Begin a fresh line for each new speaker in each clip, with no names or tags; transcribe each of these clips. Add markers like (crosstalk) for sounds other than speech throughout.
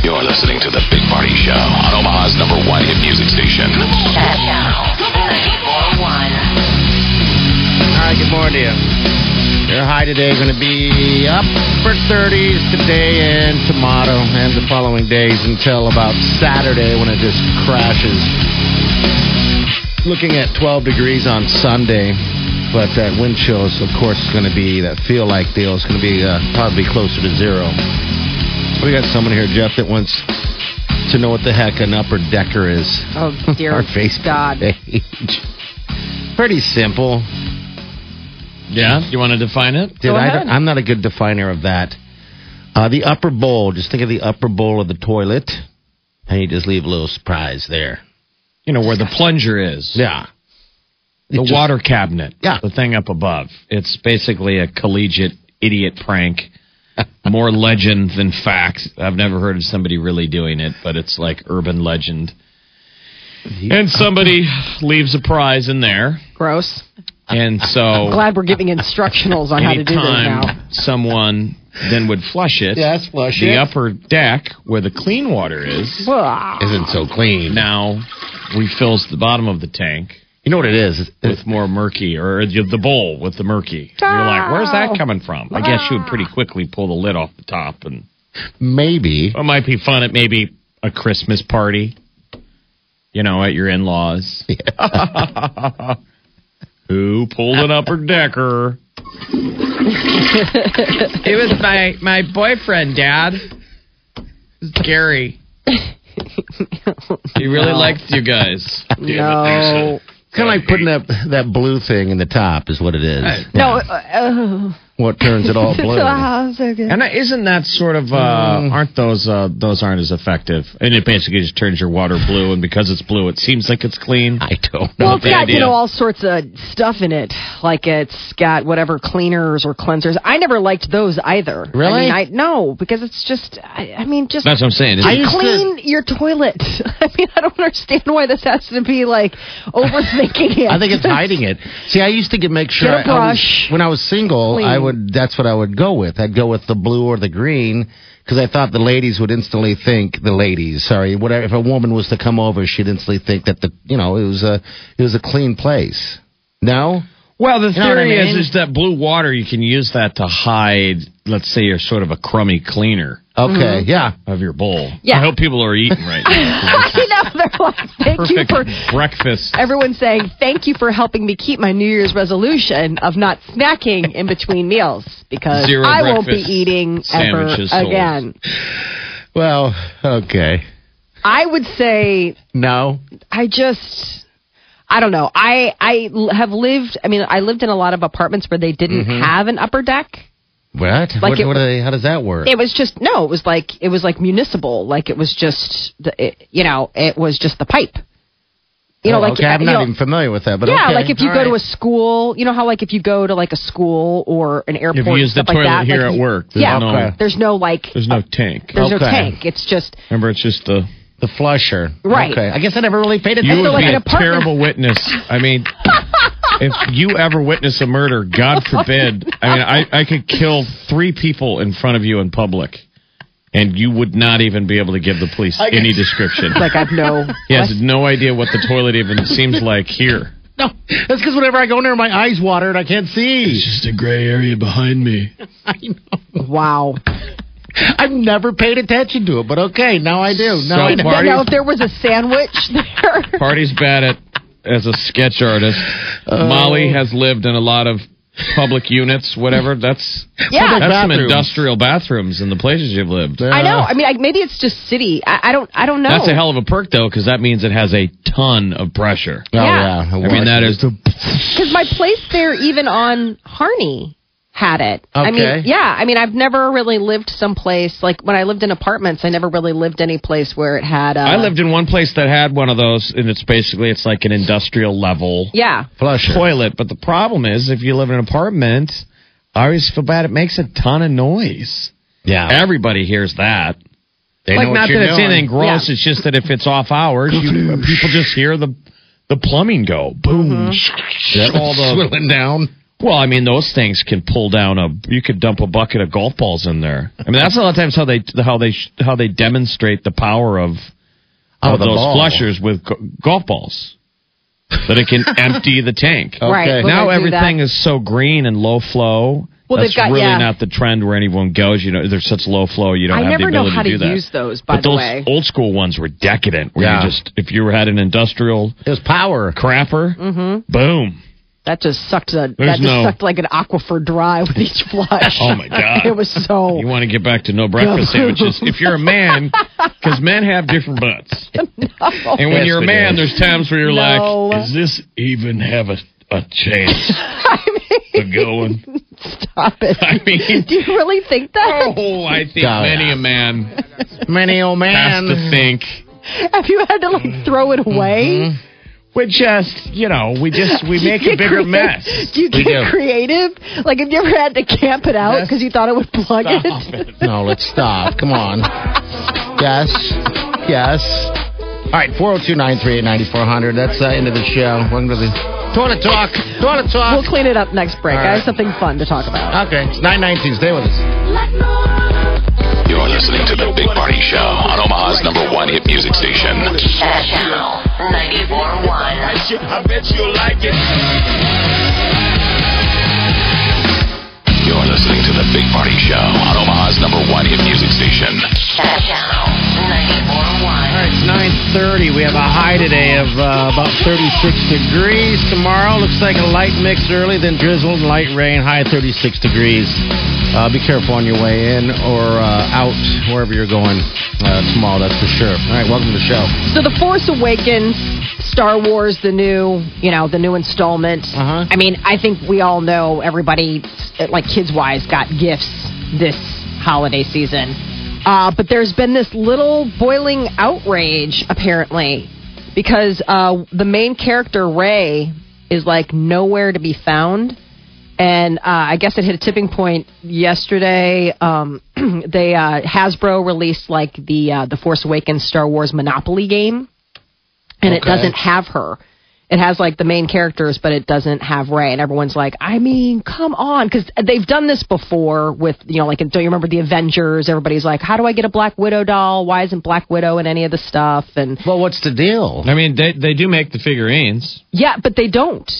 You're listening to The Big Party Show on Omaha's number one hit music station.
All right, good morning to you. Your high today going to be upper 30s today and tomorrow and the following days until about Saturday when it just crashes. Looking at 12 degrees on Sunday, but that wind chill is, of course, going to be that feel like deal. It's going to be uh, probably closer to zero. We got someone here, Jeff, that wants to know what the heck an upper decker is. (laughs)
Oh dear
Our Facebook
God!
page. Pretty simple.
Yeah, you want to define it?
Dude,
Go
I
ahead.
don't- I'm not a good definer of that. Uh, the upper bowl. Just think of the upper bowl of the toilet, and you just leave a little surprise there.
You know where the plunger is,
Yeah.
the
It just-
water cabinet,
Yeah.
the thing up above. It's basically a collegiate idiot prank. (laughs) More legend than fact. I've never heard of somebody really doing it, but it's like urban legend. And somebody leaves a prize in there,
Gross.
and so
Glad we're giving instructionals on how to do this now.
anytime someone then would flush it,
Yes, flush
the
it.
upper deck where the clean water is
Blah.
Isn't so clean.
now refills the bottom of the tank.
you know what it is? It's-
with more murky or the the bowl with the murky. You're like, where's that coming from? I guess you would pretty quickly pull the lid off the top, and
maybe.
well, it might be fun at maybe a Christmas party, you know, at your in laws. Who pulled an upper decker?
It was my my boyfriend, Dad. Gary.
He really liked you guys.
No.
Kind of like putting that that blue thing in the top is what it is.
No. uh, uh,
What turns
(laughs)
it all blue?
ah, so good.
And isn't that sort of uh,
Mm.
aren't those uh, those aren't as effective? And it basically just turns your water blue, and because it's blue, it seems like it's clean.
I don't know.
Well, it's
the
got
idea.
you know all sorts of stuff in it, like it's got whatever cleaners or cleansers. I never liked those either.
Really?
I, mean, I no, because it's just. I, I mean, just
That's what I'm saying.
I used to-
clean your toilet. (laughs) I mean, I don't understand why this has to be like overthinking it. (laughs)
I think it's hiding it. See, I used to get make sure
Get a
I- I was-
brush.
when I was single,
Clean.
I would that's what I would go with. I'd go with the blue or the green because I thought the ladies would instantly think the ladies. Sorry, whatever. If a woman was to come over, she'd instantly think that the you know it was a it was a clean place. No,
Well, the
know what I
theory
mean?
is is that blue water you can use that to hide. Let's say you're sort of a crummy cleaner
okay, yeah.
of your bowl.
Mm-hmm. Yeah.
I hope people are eating right
(laughs)
now. (laughs)
I know they're like, thank you
Perfect
for
breakfast.
everyone saying thank you for helping me keep my New Year's resolution of not snacking in between meals because
Zero
I won't be
breakfast
eating ever
sandwiches sold.
again.
Well, okay,
I would say
no.
I just I don't know. I I l- have lived. I mean, I lived in a lot of apartments where they didn't
Mm-hmm.
have an upper deck.
What? what,
it-
what do they, how does that work?
It was just no. It was like it was like municipal. Like it was just the it, you know it was just the pipe. You know,
Oh,
like
okay, I'm
you
not
know,
even familiar with that. But
Yeah,
okay,
like if you
all
go
right.
to a school, you know how like if you go to like a school or an airport,
If you use the
stuff like
toilet
that,
here
like
at
you-
work, there's
yeah,
no
Okay.
there's no like
there's no tank.
there's no
Okay.
tank. It's just
Remember, it's just the
the flusher,
Right.
Okay, I guess I never really paid attention.
you
so
would
like
be
an
a
apartment-
terrible witness. I mean. If you ever witness a murder, God forbid, I mean, I, I could kill three people in front of you in public, and you would not even be able to give the police any description.
like I've
(laughs)
no.
He has no idea what the toilet even seems like here.
No, that's because whenever I go in there, my eyes water and I can't see.
Just a gray area behind me.
Wow.
I've never paid attention to it, but okay, now I do. Now
So
I
Now,
know.
Mark-
(laughs)
Party-
now, if there was a sandwich there,
Party's bad at as a sketch artist. Molly has lived in a lot of public units, whatever. That's
Yeah.
that's some
Bathrooms.
industrial bathrooms in the places you've lived.
I know. I mean, I, maybe it's just city. I, I don't. I don't know.
Uh, That's a hell of a perk though, because that means it has a ton of pressure.
Oh,
Yeah.
yeah.
I mean, that is-
Because my place there, even on Harney, had it. I mean,
Okay.
yeah. I mean, I've never really lived someplace like when I lived in apartments. I never really lived any place where it had. Uh,
I lived in one place that had one of those, and it's basically it's like an industrial level
Yeah.
Flusher.
toilet. But the problem is, if you live in an apartment, I always feel bad. It makes a ton of noise.
Yeah.
Everybody hears that.
They
like
know
not
what
that
you're
it's
doing.
anything gross.
Yeah.
It's just that if it's off hours, you, people just hear the the plumbing go boom.
Yep.
All the-
(laughs) Swilling down.
Well, I mean, those things can pull down a. You could dump a bucket of golf balls in there. I mean, that's a lot of times how they how they sh- how they demonstrate the power of
Oh,
of
the
those
ball.
flushers with go- golf balls. That it
(laughs)
can empty the tank.
Right.
Okay.
Well,
now
they do that.
everything is so green and low flow.
Well,
that's
they've got-
really
yeah.
not the trend where anyone goes. You know, there's such low flow. You don't
I
have
never
the
know
ability
how
to
to
do that.
use those, by
but
the
those
way.
old school ones were decadent. Where
Yeah.
you just if you had an industrial
It was power. Mm-hmm.
crapper, boom.
That just sucked. A, that
There's
just
no-
sucked like an aquifer dry with
(laughs)
each flush.
Oh my god,
It was so.
You want to get back to no breakfast sandwiches if you're a man, because men have different
(laughs)
butts. And when
Yes,
you're a
we
man,
do.
there's times where you're
No.
like, does this even have a, a
(laughs)
chance of going?
Stop it.
(laughs) I mean,
Do you really think that?
oh, I think
Oh,
many
yeah.
a man
Many old
has to think.
Have you had to like throw
Mm-hmm.
it away?
We're just, you know, we just we make a
(laughs)
bigger mess.
Do you
We
get
do.
creative? Like, have you ever had to camp it out
Yes.
because you thought it would plug it?
(laughs) No, let's stop. Come on. Yes. Yes. All right, 402 938 9400. That's the end of the show. Welcome to the Toilet Talk. Toilet Talk.
We'll clean it up next break.
All
I
right.
have something fun to talk about.
Okay, it's 919. Stay with us.
You're listening to The Big Party Show on Omaha's number one hit music station.
That channel 94.1.
I bet you'll like it. You're listening to The Big Party Show on Omaha's number one hit music station.
That channel
All
94.1.
right, it's 9.30. We have a high today of uh, about 36 degrees. Tomorrow looks like a light mix early, then drizzle and light rain, high 36 degrees. Uh, be careful on your way in or uh, out, wherever you're going uh, tomorrow, that's for sure. All right, welcome to the show.
So, The Force Awakens, Star Wars, the new, you know, the new installment.
Uh-huh.
I mean, I think we all know everybody, like kids wise, got gifts this holiday season. Uh, but there's been this little boiling outrage, apparently, because uh, the main character, Ray, is like nowhere to be found. and uh, I guess it hit a tipping point yesterday. Um, (clears throat) they uh, Hasbro released like the uh, the Force Awakens Star Wars Monopoly game, and it
Okay.
doesn't have her. It has like the main characters, but it doesn't have Ray. And everyone's like, I mean, come on, because they've done this before with you know, like, don't you remember the Avengers? Everybody's like, how do I get a Black Widow doll? Why isn't Black Widow in any of the stuff? And
Well, what's the deal?
I mean, they they do make the figurines.
yeah, but they don't.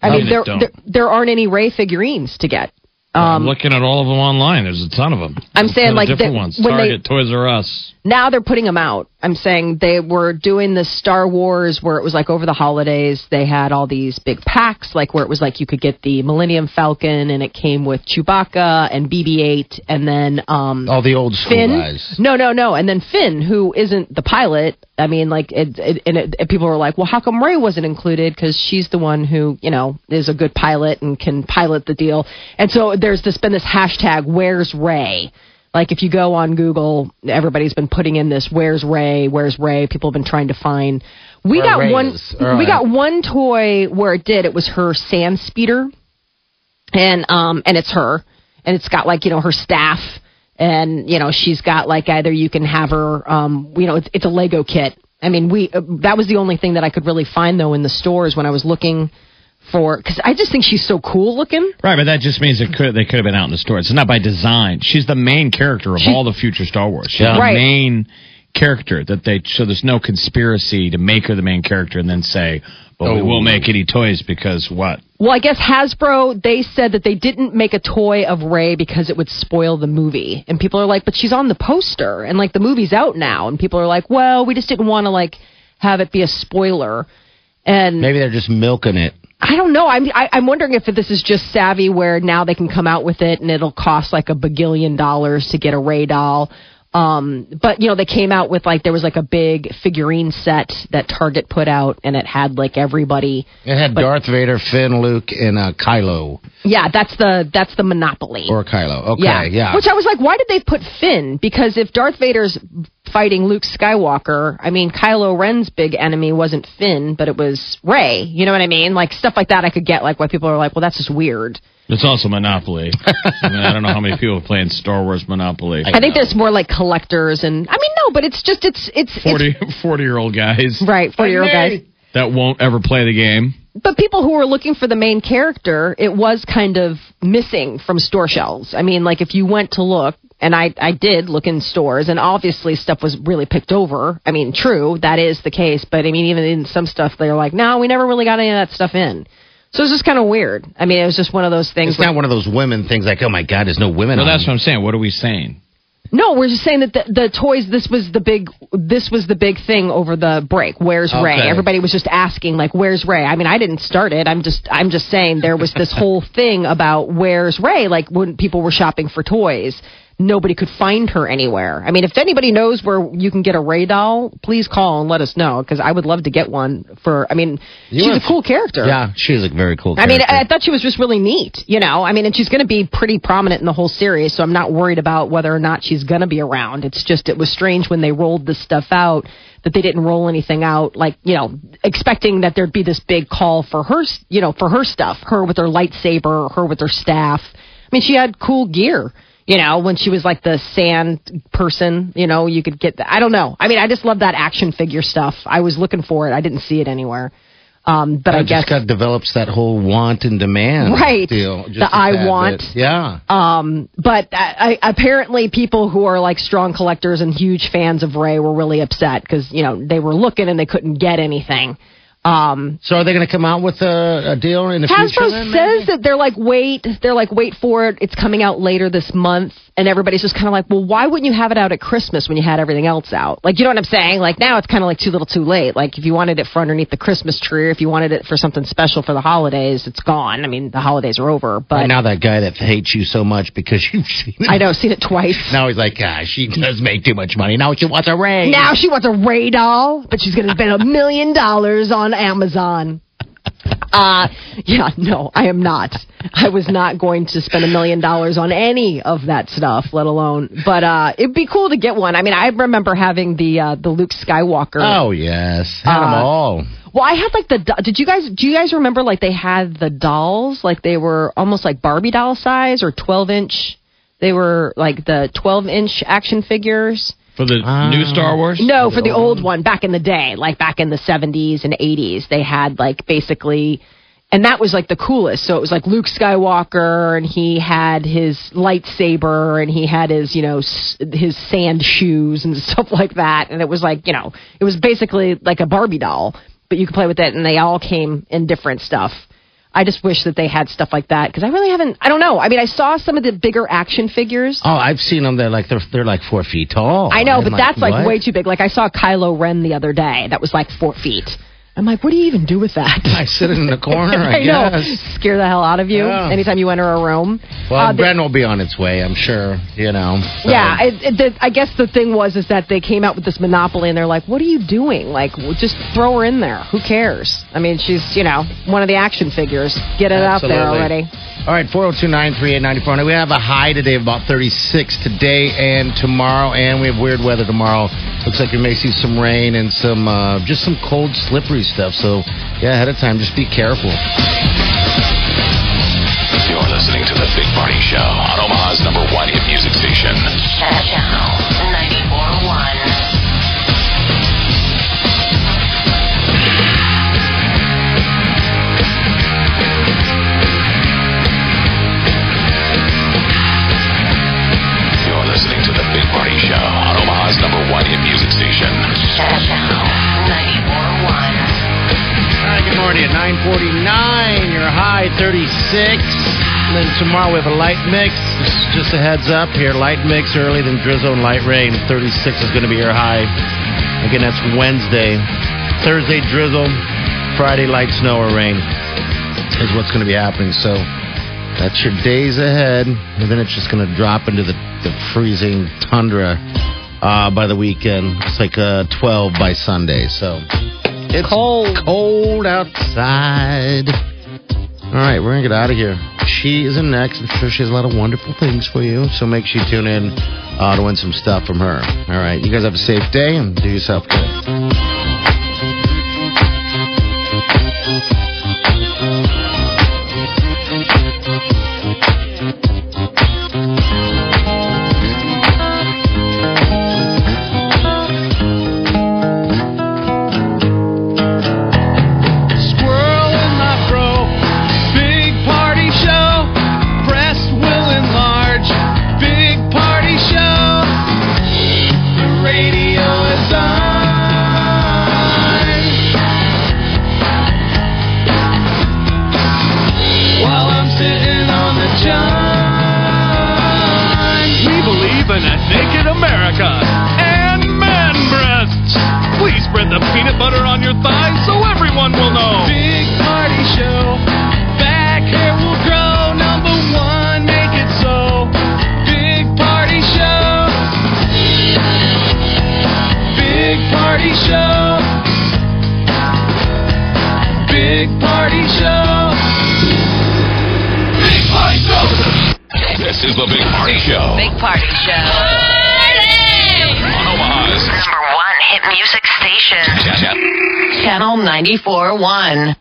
I
No,
mean,
they
there,
don't.
there there aren't any Ray figurines to get.
I'm looking at all of them online. There's a ton of them.
um, I'm
There's a
saying,
ton of
like,
different
that-
ones.
when they-
Target, Toys R Us.
now they're putting them out. I'm saying they were doing the Star Wars where it was like over the holidays they had all these big packs like where it was like you could get the Millennium Falcon and it came with Chewbacca and BB-8 and then um
All the old school
Finn.
guys.
No, no, no. And then Finn, who isn't the pilot. I mean, like, it, it, and it, and people were like, well, how come Ray wasn't included? Because she's the one who, you know, is a good pilot and can pilot the deal. And so there's this been this hashtag, where's Ray? Like, if you go on Google, everybody's been putting in this, where's Ray? Where's Ray? People have been trying to find. We
Where
got
Ray
one.
is. All
We
right.
got one toy where it did. It was her sand speeder and um and it's her and it's got like you know her staff and you know she's got like either you can have her um you know it's, it's a lego kit i mean we uh, that was the only thing that i could really find though in the stores when i was looking for because i just think she's so cool looking
Right, but that just means it could they could have been out in the store. It's not by design. She's the main character of all the future Star Wars. She's the
Right.
main character that they so there's no conspiracy to make her the main character and then say, "Well,
Oh.
we won't make any toys because what?"
well i guess hasbro they said that they didn't make a toy of ray because it would spoil the movie and people are like but she's on the poster and like the movie's out now and people are like well we just didn't want to like have it be a spoiler And
Maybe they're just milking it.
I don't know. I'm I, I'm wondering if this is just savvy, where now they can come out with it and it'll cost like a bagillion dollars to get a Ray doll. Um, but you know, they came out with like there was like a big figurine set that Target put out, and it had like everybody.
It had Darth Vader, Finn, Luke, and uh, Kylo
Yeah, that's the that's the Monopoly.
or Kylo. Okay,
yeah,
yeah.
Which I was like, why did they put Finn? Because if Darth Vader's fighting Luke Skywalker, I mean, Kylo Ren's big enemy wasn't Finn, but it was Ray. You know what I mean? Like stuff like that, I could get like why people are like, well, that's just weird.
It's
(laughs)
also Monopoly. I mean, I don't know how many people are playing Star Wars Monopoly.
I think there's more like collectors and I mean no, but it's just it's it's, it's
40, 40 year old guys
right forty year old guys.
that won't ever play the game.
But people who were looking for the main character, it was kind of missing from store shelves. I mean, like if you went to look, and I I did look in stores, and obviously stuff was really picked over. I mean, true that is the case, but I mean even in some stuff they're like, no, we never really got any of that stuff in. So it's just kind of weird. I mean, it was just one of those things.
It's not one of those women things like, oh my God, there's no women.
No,
on
Um,
that's
it.
what I'm saying. What are we saying?
No, we're just saying that the, the toys. This was the big. This was the big thing over the break. Where's Ray?
Okay.
Everybody was just asking, like, "Where's Ray?" I mean, I didn't start it. I'm just. I'm just saying there was
(laughs)
this whole thing about where's Ray. Like when people were shopping for toys, nobody could find her anywhere. I mean, if anybody knows where you can get a Ray doll, please call and let us know because I would love to get one. For I mean, she's
wanna-
a cool character.
Yeah, she's a very cool.
I mean, uh,
character.
I thought she was just really neat, you know. I mean, and she's going to be pretty prominent in the whole series, so I'm not worried about whether or not she's going to be around. It's just it was strange when they rolled this stuff out that they didn't roll anything out, like you know, expecting that there'd be this big call for her, s- you know, for her stuff, her with her lightsaber, her with her staff. I mean, she had cool gear. You know, when she was like the sand person, you know, you could get. The, I don't know. I mean, I just love that action figure stuff. I was looking for it. I didn't see it anywhere. Um, but I,
It
guess
just kind of develops that whole want and demand
Right.
deal. just
The
a
I
tad
want.
bit. Yeah.
Um, but I, I, apparently people who are like strong collectors and huge fans of Ray were really upset because you know they were looking and they couldn't get anything. Um,
so are they going to come out with a, a deal in the future?
Hasbro
then, maybe?
says that they're like wait, they're like wait for it. It's coming out later this month, and everybody's just kind of like, well, why wouldn't you have it out at Christmas when you had everything else out? Like you know what I'm saying? Like now it's kind of like too little, too late. Like if you wanted it for underneath the Christmas tree, or if you wanted it for something special for the holidays, it's gone. I mean the holidays are over, but
And now that guy that hates you so much because (laughs) you've seen him.
I know, I've seen it twice.
Now he's like, ah, she does make too much money. Now she wants a raise.
Now she wants a Ray doll, but she's going to spend a million dollars on Amazon. Uh, yeah, no, I am not. I was not going to spend a million dollars on any of that stuff, let alone. But uh, it'd be cool to get one. I mean, I remember having the uh, the Luke Skywalker.
Oh yes,
Uh,
had 'em all.
Well, I had like the. do- Did you guys? Do you guys remember like they had the dolls? Like they were almost like Barbie doll size or twelve inch. They were like the twelve inch action figures.
For the
Uh,
new Star Wars?
No, for the old one back in the day, like back in the 70s and 80s, they had like basically and that was like the coolest. So it was like Luke Skywalker and he had his lightsaber and he had his, you know, s- his sand shoes and (laughs) stuff like that and it was like, you know, it was basically like a Barbie doll, but you could play with it and they all came in different stuff. I just wish that they had stuff like that because I really haven't. I don't know. I mean, I saw some of the bigger action figures.
Oh, I've seen them. They're like they're they're like four feet tall.
I know,
I'm
but that's like
what? (laughs)
way too big. Like I saw Kylo Ren the other day. That was like four feet. I'm like, what do you even do with that?
I sit in the corner. I,
(laughs) I know.
guess.
Scare the hell out of you
Yeah.
anytime you enter a room.
Well,
Uh, the-
Bren will be on its way. I'm sure. You know. so-
yeah, I, I- the, I guess the thing was is that they came out with this monopoly, and they're like, "What are you doing? Like, w- just throw her in there. Who cares? I mean, she's you know one of the action figures. Get it out there
Absolutely.
already."
All right, 402-938-9400. We have a high today of about 36 today and tomorrow, and we have weird weather tomorrow. Looks like we may see some rain and some uh, just some cold, slippery stuff. So, yeah, ahead of time, just be careful.
You're listening to The Big Party Show on Omaha's number one hit music station.
Channel 94.1.
You're listening to The Big Party Show on Omaha's number one hit music station.
Channel 94.1.
All right, good morning at 949. Your high 36. And then tomorrow we have a light mix. This is just a heads up here. Light mix early, then drizzle and light rain. 36 is going to be your high. Again, that's Wednesday. Thursday, drizzle. Friday, like snow or rain, is what's going to be happening. So that's your days ahead, and then it's just going to drop into the, the freezing tundra uh, by the weekend. It's like uh, 12 by Sunday. So it's cold, cold outside. All right, we're gonna get out of here. She is in next. I'm sure she has a lot of wonderful things for you. So make sure you tune in uh, to win some stuff from her. All right, you guys have a safe day and do yourself good.
Squirrel in my fro. Big party show. Breast will enlarge. Big party show. The radio is on. While I'm sitting on the john. We believe in a naked America and man breasts. Please spread the peanut butter on your thighs so everyone will know. Big party show. Back hair will grow. Number one, make it so. Big party show. Big party show. Big party show.
Big Party Show. This is the Big Party Show
Big Party Show.
on Omaha's
Number one hit music station.
Channel
Channel 94.1.